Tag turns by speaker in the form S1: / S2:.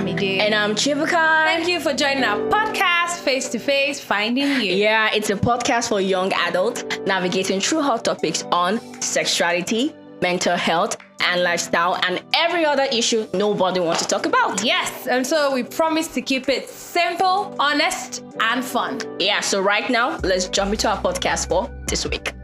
S1: I'm Chivakar.
S2: Thank you for joining our podcast, Face to Face Finding You.
S1: Yeah, it's a podcast for young adults navigating through hot topics on sexuality, mental health, and lifestyle, and every other issue nobody wants to talk about.
S2: Yes, and so we promise to keep it simple, honest, and fun.
S1: Yeah, so right now, let's jump into our podcast for this week.